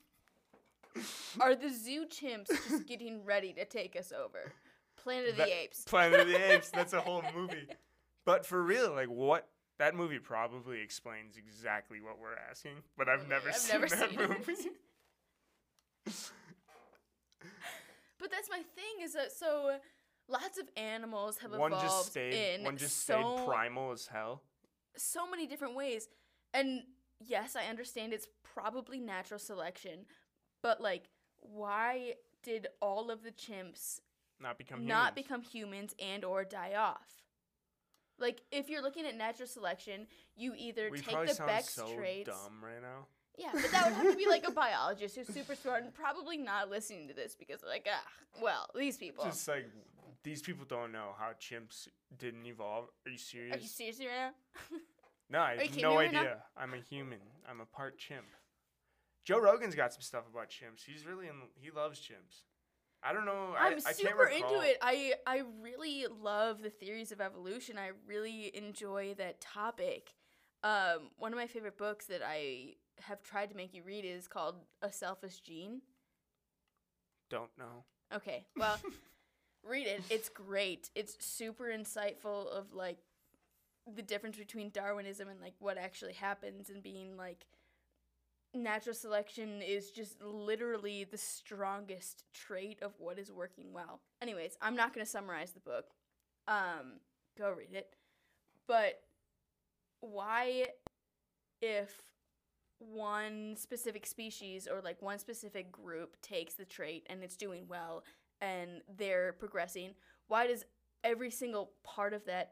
Speaker 1: zoos.
Speaker 2: Are the zoo chimps just getting ready to take us over? Planet of
Speaker 1: That-
Speaker 2: the Apes.
Speaker 1: Planet of the Apes, that's a whole movie. But for real, like what that movie probably explains exactly what we're asking, but I've never
Speaker 2: I've
Speaker 1: seen
Speaker 2: never
Speaker 1: that
Speaker 2: seen it.
Speaker 1: movie.
Speaker 2: But that's my thing is that so lots of animals have
Speaker 1: one
Speaker 2: evolved
Speaker 1: just stayed
Speaker 2: in
Speaker 1: one just
Speaker 2: so,
Speaker 1: stayed primal as hell.
Speaker 2: so many different ways. And yes, I understand it's probably natural selection, but like why did all of the chimps
Speaker 1: Not become
Speaker 2: not
Speaker 1: humans.
Speaker 2: become humans and or die off? Like if you're looking at natural selection, you either
Speaker 1: we
Speaker 2: take
Speaker 1: probably
Speaker 2: the
Speaker 1: sound
Speaker 2: Beck's
Speaker 1: so
Speaker 2: traits.
Speaker 1: dumb right now.
Speaker 2: Yeah, but that would have to be like a biologist who's super smart and probably not listening to this because like, ah, well, these people.
Speaker 1: Just like these people don't know how chimps didn't evolve. Are you serious?
Speaker 2: Are you serious right now?
Speaker 1: No, I
Speaker 2: you
Speaker 1: have
Speaker 2: kidding
Speaker 1: no
Speaker 2: me right now?
Speaker 1: idea. I'm a human. I'm a part chimp. Joe Rogan's got some stuff about chimps. He's really in, he loves chimps. I don't know. I,
Speaker 2: I'm
Speaker 1: I can't
Speaker 2: super into
Speaker 1: recall.
Speaker 2: it. I I really love the theories of evolution. I really enjoy that topic. Um, one of my favorite books that I have tried to make you read is called A Selfish Gene.
Speaker 1: Don't know.
Speaker 2: Okay, well, read it. It's great. It's super insightful of like the difference between Darwinism and like what actually happens and being like natural selection is just literally the strongest trait of what is working well. Anyways, I'm not going to summarize the book. Um, go read it. But why, if one specific species or like one specific group takes the trait and it's doing well and they're progressing, why does every single part of that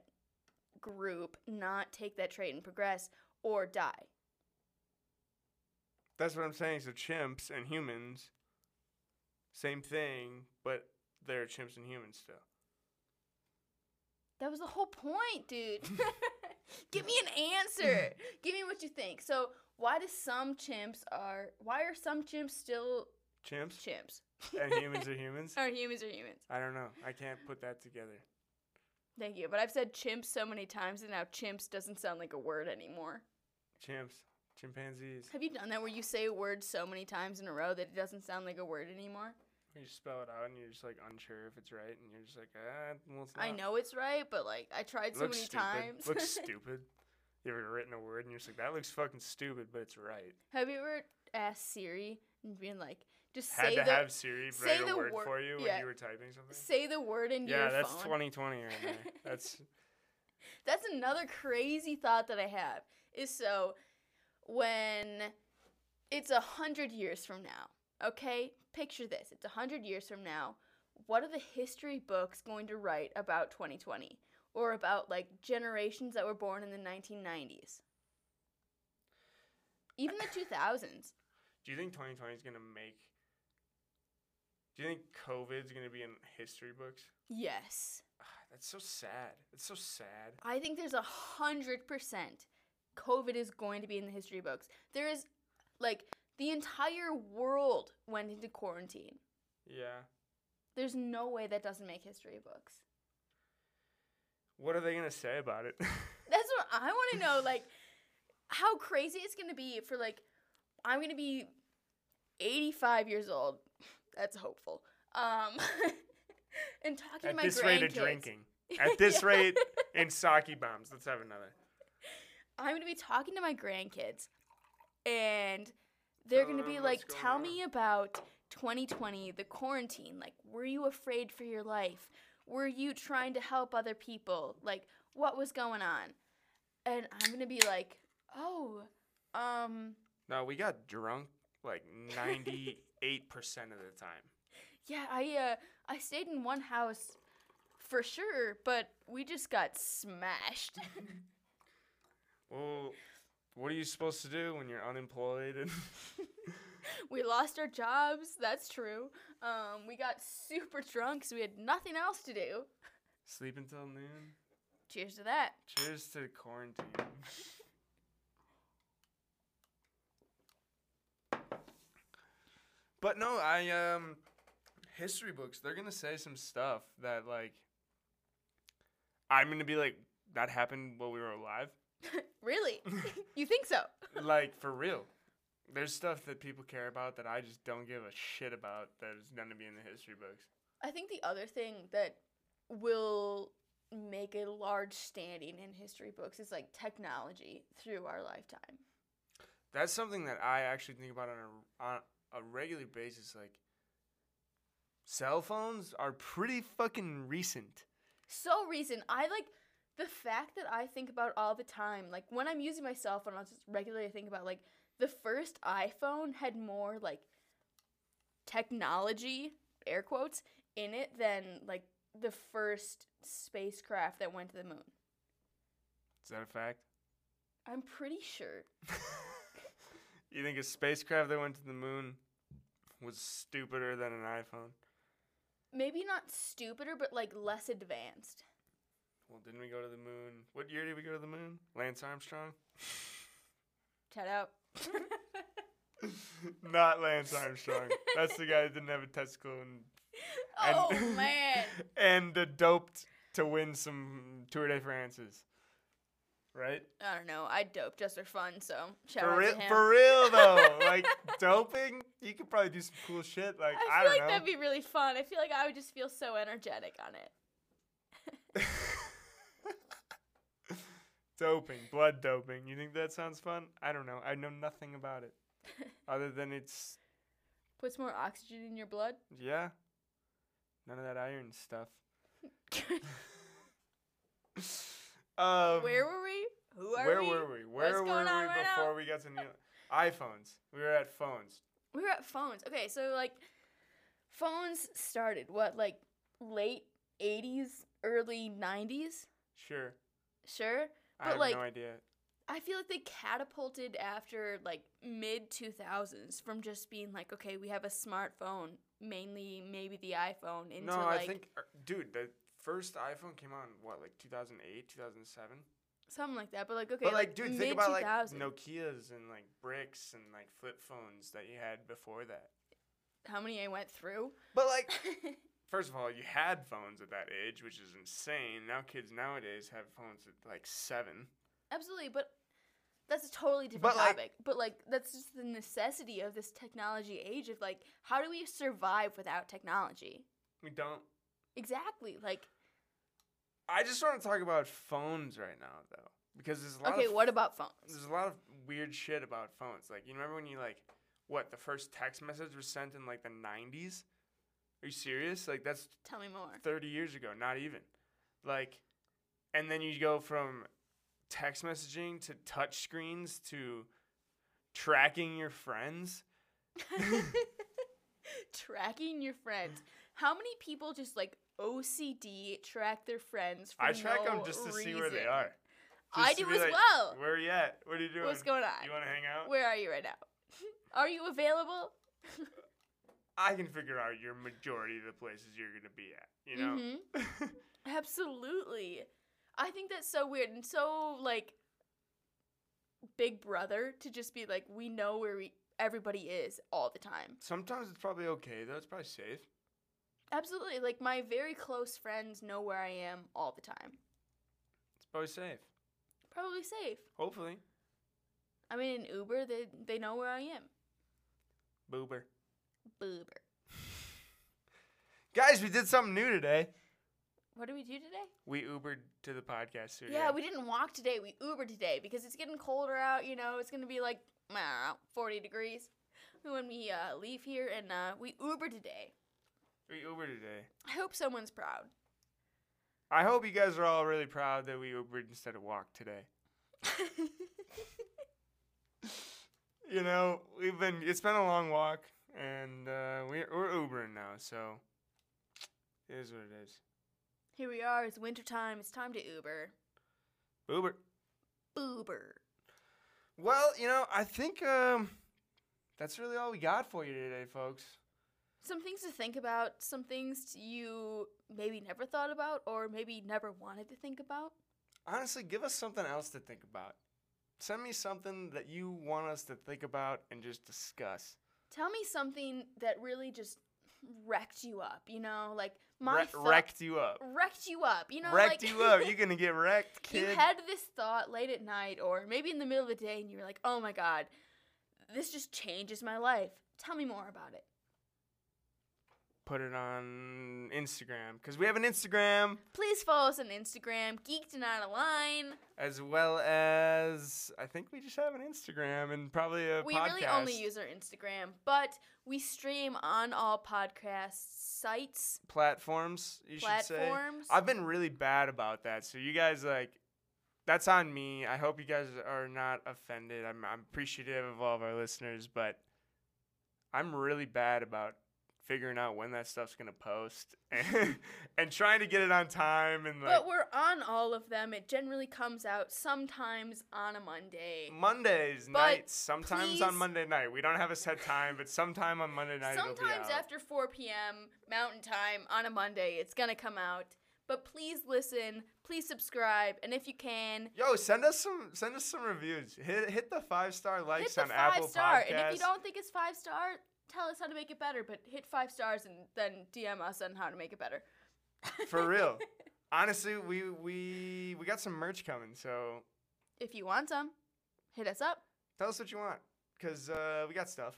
Speaker 2: group not take that trait and progress or die?
Speaker 1: That's what I'm saying. So chimps and humans, same thing, but they're chimps and humans still.
Speaker 2: That was the whole point, dude. Give me an answer. Give me what you think. So, why do some chimps are why are some chimps still
Speaker 1: Chimps
Speaker 2: chimps?
Speaker 1: and humans are humans.
Speaker 2: Or humans are humans.
Speaker 1: I don't know. I can't put that together.
Speaker 2: Thank you. But I've said chimps so many times and now chimps doesn't sound like a word anymore.
Speaker 1: Chimps, chimpanzees.
Speaker 2: Have you done that where you say a word so many times in a row that it doesn't sound like a word anymore?
Speaker 1: You spell it out and you're just like unsure if it's right, and you're just like, ah, well, it's not.
Speaker 2: I know it's right, but like I tried so
Speaker 1: Looks
Speaker 2: many
Speaker 1: stupid.
Speaker 2: times.
Speaker 1: Looks stupid. You ever written a word and you're just like, that looks fucking stupid, but it's right.
Speaker 2: Have you ever asked Siri and been like just
Speaker 1: Had
Speaker 2: say
Speaker 1: to
Speaker 2: the
Speaker 1: have Siri
Speaker 2: say
Speaker 1: write a
Speaker 2: the
Speaker 1: word
Speaker 2: wor-
Speaker 1: for you
Speaker 2: yeah.
Speaker 1: when you were typing something.
Speaker 2: say the word into
Speaker 1: yeah,
Speaker 2: your
Speaker 1: that's
Speaker 2: phone?
Speaker 1: 2020 right there. That's
Speaker 2: That's another crazy thought that I have is so when it's a hundred years from now, okay? Picture this it's a hundred years from now. What are the history books going to write about 2020 or about like generations that were born in the 1990s? Even the 2000s.
Speaker 1: Do you think 2020 is gonna make? Do you think COVID's gonna be in history books?
Speaker 2: Yes.
Speaker 1: Ah, that's so sad. That's so sad.
Speaker 2: I think there's a hundred percent COVID is going to be in the history books. There is like the entire world went into quarantine.
Speaker 1: Yeah.
Speaker 2: There's no way that doesn't make history books.
Speaker 1: What are they gonna say about it?
Speaker 2: That's what I want to know. Like, how crazy it's going to be for like, I'm going to be 85 years old. That's hopeful. Um, and talking to
Speaker 1: At
Speaker 2: my
Speaker 1: this
Speaker 2: grandkids.
Speaker 1: rate of drinking. At this
Speaker 2: Yeah.
Speaker 1: rate and sake bombs. Let's have another.
Speaker 2: I'm gonna be talking to my grandkids, and they're
Speaker 1: Tell
Speaker 2: gonna be
Speaker 1: them
Speaker 2: like,
Speaker 1: what's going
Speaker 2: "Tell
Speaker 1: on."
Speaker 2: me about 2020, the quarantine. Like, were you afraid for your life? Were you trying to help other people? Like, what was going on?" And I'm gonna be like, "Oh, um,
Speaker 1: No, we got drunk like 98% of the time.
Speaker 2: yeah, I uh, I stayed in one house for sure, but we just got smashed."
Speaker 1: Well, what are you supposed to do when you're unemployed and
Speaker 2: we lost our jobs. That's true. Um, we got super drunk, so we had nothing else to do.
Speaker 1: sleep until noon?
Speaker 2: Cheers to that.
Speaker 1: Cheers to quarantine. But no, I um history books, they're going to say some stuff that like I'm going to be like that happened while we were alive.
Speaker 2: Really? you think so?
Speaker 1: like for real. There's stuff that people care about that I just don't give a shit about that is gonna be in the history books.
Speaker 2: I think the other thing that will make a large standing in history books is like technology through our lifetime.
Speaker 1: That's something that I actually think about on a on a regular basis. Like, cell phones are pretty fucking recent.
Speaker 2: So recent. I like the fact that I think about all the time. Like when I'm using my cell phone, I'll just regularly think about like the first iPhone had more like technology, air quotes, in it than like the first spacecraft that went to the moon.
Speaker 1: Is that a fact?
Speaker 2: I'm pretty sure.
Speaker 1: you think a spacecraft that went to the moon was stupider than an iPhone?
Speaker 2: Maybe not stupider, but like less advanced.
Speaker 1: Well, didn't we go to the moon? What year did we go to the moon? Lance Armstrong?
Speaker 2: Shout out.
Speaker 1: Not Lance Armstrong. That's the guy that didn't have a testicle and
Speaker 2: oh
Speaker 1: And-
Speaker 2: man.
Speaker 1: and uh, doped to win some Tour de France's. Right?
Speaker 2: I don't know. I dope just for fun, so shout
Speaker 1: for
Speaker 2: out
Speaker 1: real,
Speaker 2: to him.
Speaker 1: for real though. like doping, you could probably do some cool shit. Like I,
Speaker 2: I feel
Speaker 1: don't
Speaker 2: like
Speaker 1: know.
Speaker 2: that'd be really fun. I feel like I would just feel so energetic on it.
Speaker 1: doping, blood doping. You think that sounds fun? I don't know. I know nothing about it. other than it's
Speaker 2: Puts more oxygen in your blood.
Speaker 1: yeah, none of that iron stuff. um,
Speaker 2: where were we? Who are
Speaker 1: where
Speaker 2: we?
Speaker 1: were we? Where
Speaker 2: What's
Speaker 1: were we
Speaker 2: going on right now?
Speaker 1: before we got to new iPhones? We were at phones.
Speaker 2: we were at phones. Okay, so like phones started what like late 80s, early 90s,
Speaker 1: Sure,
Speaker 2: sure? But,
Speaker 1: I have
Speaker 2: like,
Speaker 1: no idea.
Speaker 2: I feel like they catapulted after like mid 2000s from just being like okay, we have a smartphone, mainly maybe the iPhone into
Speaker 1: No,
Speaker 2: like
Speaker 1: I think uh, dude, the first iPhone came out in what like 2008, 2007.
Speaker 2: something like that. But like okay,
Speaker 1: but like, dude, think
Speaker 2: mid
Speaker 1: about
Speaker 2: 2000s.
Speaker 1: like Nokia's and like bricks and like flip phones that you had before that.
Speaker 2: how many I went through.
Speaker 1: But like, first of all, you had phones at that age, which is insane. Now kids nowadays have phones at like seven.
Speaker 2: Absolutely, but that's a totally different
Speaker 1: But, like-
Speaker 2: topic. but like that's just the necessity of this technology age of like how do we survive without technology?
Speaker 1: We don't.
Speaker 2: Exactly. Like
Speaker 1: I just want to talk about phones right now though, because there's a lot.
Speaker 2: okay,
Speaker 1: of
Speaker 2: what about phones?
Speaker 1: there's a lot of weird shit about phones. Like, you remember when you like, what the first text message was sent in like the '90s? Are you serious? Like that's
Speaker 2: Tell me more.
Speaker 1: 30 years ago, not even. Like, and then you go from text messaging to touch screens to tracking your friends.
Speaker 2: Tracking your friends. How many people just like OCD track their friends for
Speaker 1: I track
Speaker 2: no
Speaker 1: them just to see where they
Speaker 2: reason?
Speaker 1: are.
Speaker 2: I
Speaker 1: Just to
Speaker 2: do
Speaker 1: be
Speaker 2: as
Speaker 1: like,
Speaker 2: well.
Speaker 1: Where are you at? What are you doing?
Speaker 2: What's going on?
Speaker 1: You want to hang out?
Speaker 2: Where are you right now? are you available?
Speaker 1: I can figure out your majority of the places you're going to be at, you know?
Speaker 2: Mhm. Absolutely. I think that's so weird and so like big brother to just be like we know where we, everybody is all the time.
Speaker 1: Sometimes it's probably okay, though. It's probably safe.
Speaker 2: Absolutely. Like my very close friends know where I am all the time.
Speaker 1: It's probably safe.
Speaker 2: Probably safe.
Speaker 1: Hopefully.
Speaker 2: I mean in Uber they they know where I am.
Speaker 1: Boober.
Speaker 2: Uber.
Speaker 1: Guys, we did something new today.
Speaker 2: What did we do today?
Speaker 1: We Ubered to the podcast studio.
Speaker 2: Yeah, we didn't walk today. We Ubered today because it's getting colder out. You know, it's gonna be like I don't know, 40 degrees when we uh, leave here, and uh, we Uber today.
Speaker 1: We Ubered today.
Speaker 2: I hope someone's proud.
Speaker 1: I hope you guys are all really proud that we Ubered instead of walked today. You know, we've been it's been a long walk, and uh, we're we're Ubering now, so it is what it is.
Speaker 2: Here we are. It's winter time. It's time to Uber.
Speaker 1: Uber.
Speaker 2: Uber.
Speaker 1: Well, you know, I think um, that's really all we got for you today, folks.
Speaker 2: Some things to think about. Some things you maybe never thought about, or maybe never wanted to think about.
Speaker 1: Honestly, give us something else to think about. Send me something that you want us to think about and just discuss.
Speaker 2: Tell me something that really just wrecked you up. You know, like my
Speaker 1: Wreck-
Speaker 2: thought-
Speaker 1: wrecked you up.
Speaker 2: wrecked you up. You know,
Speaker 1: wrecked
Speaker 2: like
Speaker 1: you up. You're gonna get wrecked, kid.
Speaker 2: you had this thought late at night or maybe in the middle of the day and you were like, oh my God, this just changes my life. Tell me more about it.
Speaker 1: Put it on Instagram because we have an Instagram
Speaker 2: Please follow us on Instagram, Geeked and Out of Line.
Speaker 1: as well as I think we just have an Instagram and probably a
Speaker 2: we
Speaker 1: podcast.
Speaker 2: really only use our Instagram, but we stream on all podcast sites,
Speaker 1: platforms. You should
Speaker 2: platforms.
Speaker 1: say. I've been really bad about that, so you guys like. That's on me. I hope you guys are not offended. I'm, I'm appreciative of all of our listeners, but I'm really bad about figuring out when that stuff's gonna post and, and trying to get it on time and like.
Speaker 2: but we're on all of them. It generally comes out sometimes on a Monday.
Speaker 1: Mondays nights. Sometimes on
Speaker 2: please-
Speaker 1: Monday night. We don't have a set time, but sometime on Monday night it'll be
Speaker 2: Sometimes
Speaker 1: out.
Speaker 2: after 4 p.m. Mountain Time on a Monday, it's going to come out. But please listen, please subscribe, and if you can,
Speaker 1: Yo, send us some send us some reviews. Hit hit the five star likes
Speaker 2: hit the
Speaker 1: on
Speaker 2: five
Speaker 1: Apple
Speaker 2: star.
Speaker 1: Podcasts.
Speaker 2: And if you don't think it's five star, tell us how to make it better. But hit five stars and then DM us on how to make it better.
Speaker 1: For real. Honestly, we we we got some merch coming, so
Speaker 2: If you want some, hit us up.
Speaker 1: tell us what you want, cause uh, we got stuff.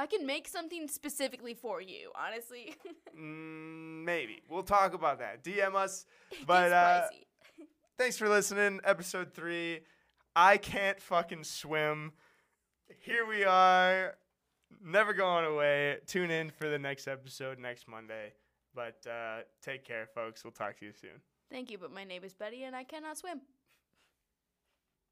Speaker 2: I can make something specifically for you, honestly.
Speaker 1: Mm, maybe we'll talk about that. DM us.
Speaker 2: It
Speaker 1: But
Speaker 2: gets
Speaker 1: uh,
Speaker 2: pricey.
Speaker 1: thanks for listening. Episode three. I can't fucking swim. here we are. Never going away. Tune in for the next episode next Monday. But uh, take care, folks. We'll talk to you soon.
Speaker 2: Thank you, but my name is Betty and I cannot swim.